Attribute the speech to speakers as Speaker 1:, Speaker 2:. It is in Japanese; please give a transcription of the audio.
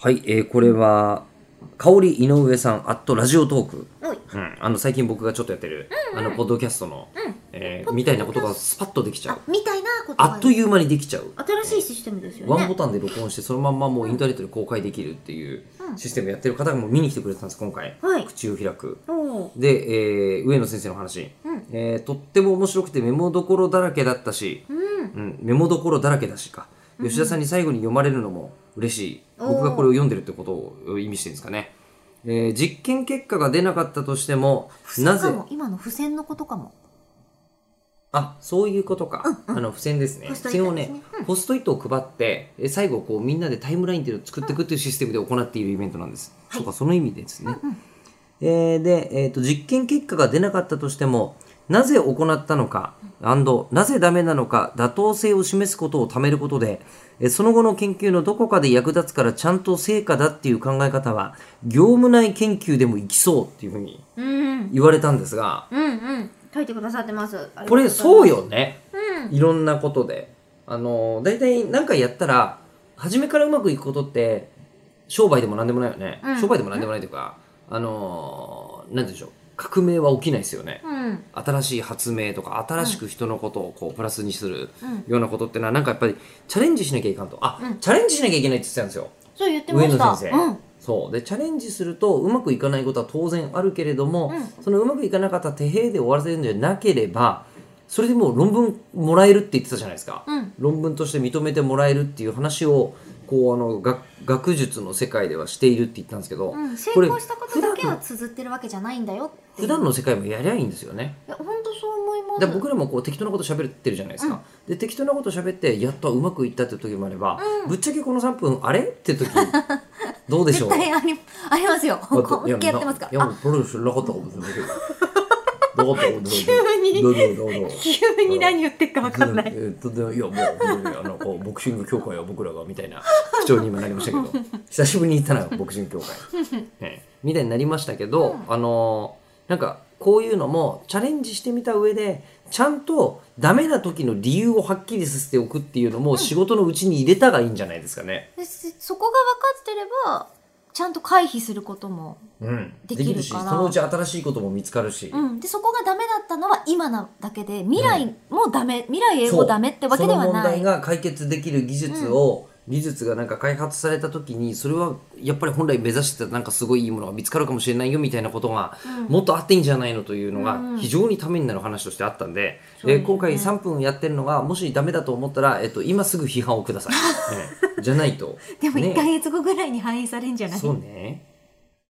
Speaker 1: はい、えーこれは、香り井上さん、あとラジオトーク。
Speaker 2: おい
Speaker 1: うん、あの、最近僕がちょっとやってる、あの、ポッドキャストの、
Speaker 2: うん
Speaker 1: えー
Speaker 2: ポッドキャスト
Speaker 1: みたいなことがスパッとできちゃ
Speaker 2: あ
Speaker 1: う。
Speaker 2: みたいなこと
Speaker 1: あっと
Speaker 2: う
Speaker 1: いう間にできちゃう。
Speaker 2: 新しいシステムですよね
Speaker 1: ワンボタンで録音して、そのまんまもうインターネットで公開できるっていう
Speaker 2: うん
Speaker 1: システムやってる方がもう見に来てくれてたんです、今回。
Speaker 2: はい
Speaker 1: 口を開く。
Speaker 2: おー
Speaker 1: で、えー上野先生の話、
Speaker 2: うん
Speaker 1: えーとっても面白くてメモどころだらけだったし、
Speaker 2: うん
Speaker 1: うん、メモどころだらけだしか吉田さんに最後に読まれるのも嬉しい
Speaker 2: おー
Speaker 1: 僕がこれを読んでるってことを意味してるんですかね、えー実験結果が出なかったとしてもな
Speaker 2: なぜ
Speaker 1: ぜ
Speaker 2: かも今の付箋のことかも
Speaker 1: あそういうことか、あの付箋ですね
Speaker 2: ポストイ
Speaker 1: 付
Speaker 2: ッ
Speaker 1: 箋を
Speaker 2: トですね
Speaker 1: ね、
Speaker 2: うん
Speaker 1: ポストイットを配ってえ最後こうみんなでタイムラインっていうのを作っていくっていうシステムで行っているイベントなんです、
Speaker 2: はい
Speaker 1: そうかその意味ですね、
Speaker 2: うんうん
Speaker 1: えーで、えーと実験結果が出なかったとしてもなぜ行ったのか and なぜダメなのか妥当性を示すことをためることでえーその後の研究のどこかで役立つからちゃんと成果だっていう考え方は業務内研究でもいきそうっていうふうに
Speaker 2: うん
Speaker 1: 言われたんですが
Speaker 2: うんうん書いてくださってます
Speaker 1: これそう
Speaker 2: よ
Speaker 1: よね
Speaker 2: うん
Speaker 1: いろんなことで。あの、大体何回やったら、初めからうまくいくことって、商売でも何でもないよね。
Speaker 2: うん
Speaker 1: 商売でも何でもないというか、あのー、なんて言うんでしょう。革命は起きないですよね。
Speaker 2: うん
Speaker 1: 新しい発明とか、新しく人のことをこう、プラスにする
Speaker 2: うん
Speaker 1: ようなことってのは、なんかやっぱり、チャレンジしなきゃいかんと。あ、
Speaker 2: うん
Speaker 1: チャレンジしなきゃいけないって言ってたんですよ。
Speaker 2: そう言ってました
Speaker 1: 上野先生
Speaker 2: うん
Speaker 1: そうでチャレンジするとうまくいかないことは当然あるけれども、
Speaker 2: うん
Speaker 1: そのうまくいかなかった手平で終わらせるんじゃなければそれでもう論文もらえるって言ってたじゃないですか、
Speaker 2: うん
Speaker 1: 論文として認めてもらえるっていう話をこうあの学学術の世界ではしているって言ったんですけど、
Speaker 2: うん、成
Speaker 1: これ
Speaker 2: 功したことだけ
Speaker 1: 普
Speaker 2: は
Speaker 1: 段
Speaker 2: 綴ってるわけじゃないんだよって
Speaker 1: 普
Speaker 2: いう
Speaker 1: 段の世界もやりゃいいんですよね
Speaker 2: いや本当そう思います
Speaker 1: だから僕らもこう適当なこと喋ってるじゃないですか、で適当なこと喋ってやっとうまくいったって時もあれば、
Speaker 2: うん
Speaker 1: ぶっちゃけこの3分あれって時 どうでしょう
Speaker 2: 絶対ありありますよ
Speaker 1: あ
Speaker 2: こ
Speaker 1: と
Speaker 2: うやってやってますか
Speaker 1: いや、
Speaker 2: あ
Speaker 1: もうプロレスなかったことないけど。なかったことないけど。
Speaker 2: 急に
Speaker 1: どうぞどうぞどうぞ
Speaker 2: 急に何言ってるか分かんない
Speaker 1: えーっとでいやもう本当にあのこうボクシング協会は僕らがみたいな口調に今なりましたけど久しぶりに行ったなボクシング協会、ええみたいになりましたけど、
Speaker 2: うん
Speaker 1: あのーなんかこういうのもチャレンジしてみた上でちゃんとダメな時の理由をはっきりさせておくっていうのも仕事のうちに入れたがいいんじゃないですかね。
Speaker 2: でそこが分かってればちゃんと回避することも、
Speaker 1: うん、
Speaker 2: できるかな
Speaker 1: しそのうち新しいことも見つかるし、
Speaker 2: うん、でそこがダメだったのは今なだけで未来もダメ、未来英語ダメってわけでは
Speaker 1: その問
Speaker 2: ない
Speaker 1: 題が解決できる技術を、技術がなんか開発された時にそれはやっぱり本来目指してたなんかすごいいいものが見つかるかもしれないよみたいなことが、
Speaker 2: うん
Speaker 1: もっとあっていいんじゃないのというのが
Speaker 2: うん
Speaker 1: 非常にためになる話としてあったんで、
Speaker 2: そうで
Speaker 1: え
Speaker 2: すね
Speaker 1: 今回3分やってるのがもしダメだと思ったら、えっと、今すぐ 批判をください、ええじゃないと
Speaker 2: でも
Speaker 1: ね
Speaker 2: 1ヶ月後ぐらいに反映されるんじゃない、
Speaker 1: そうね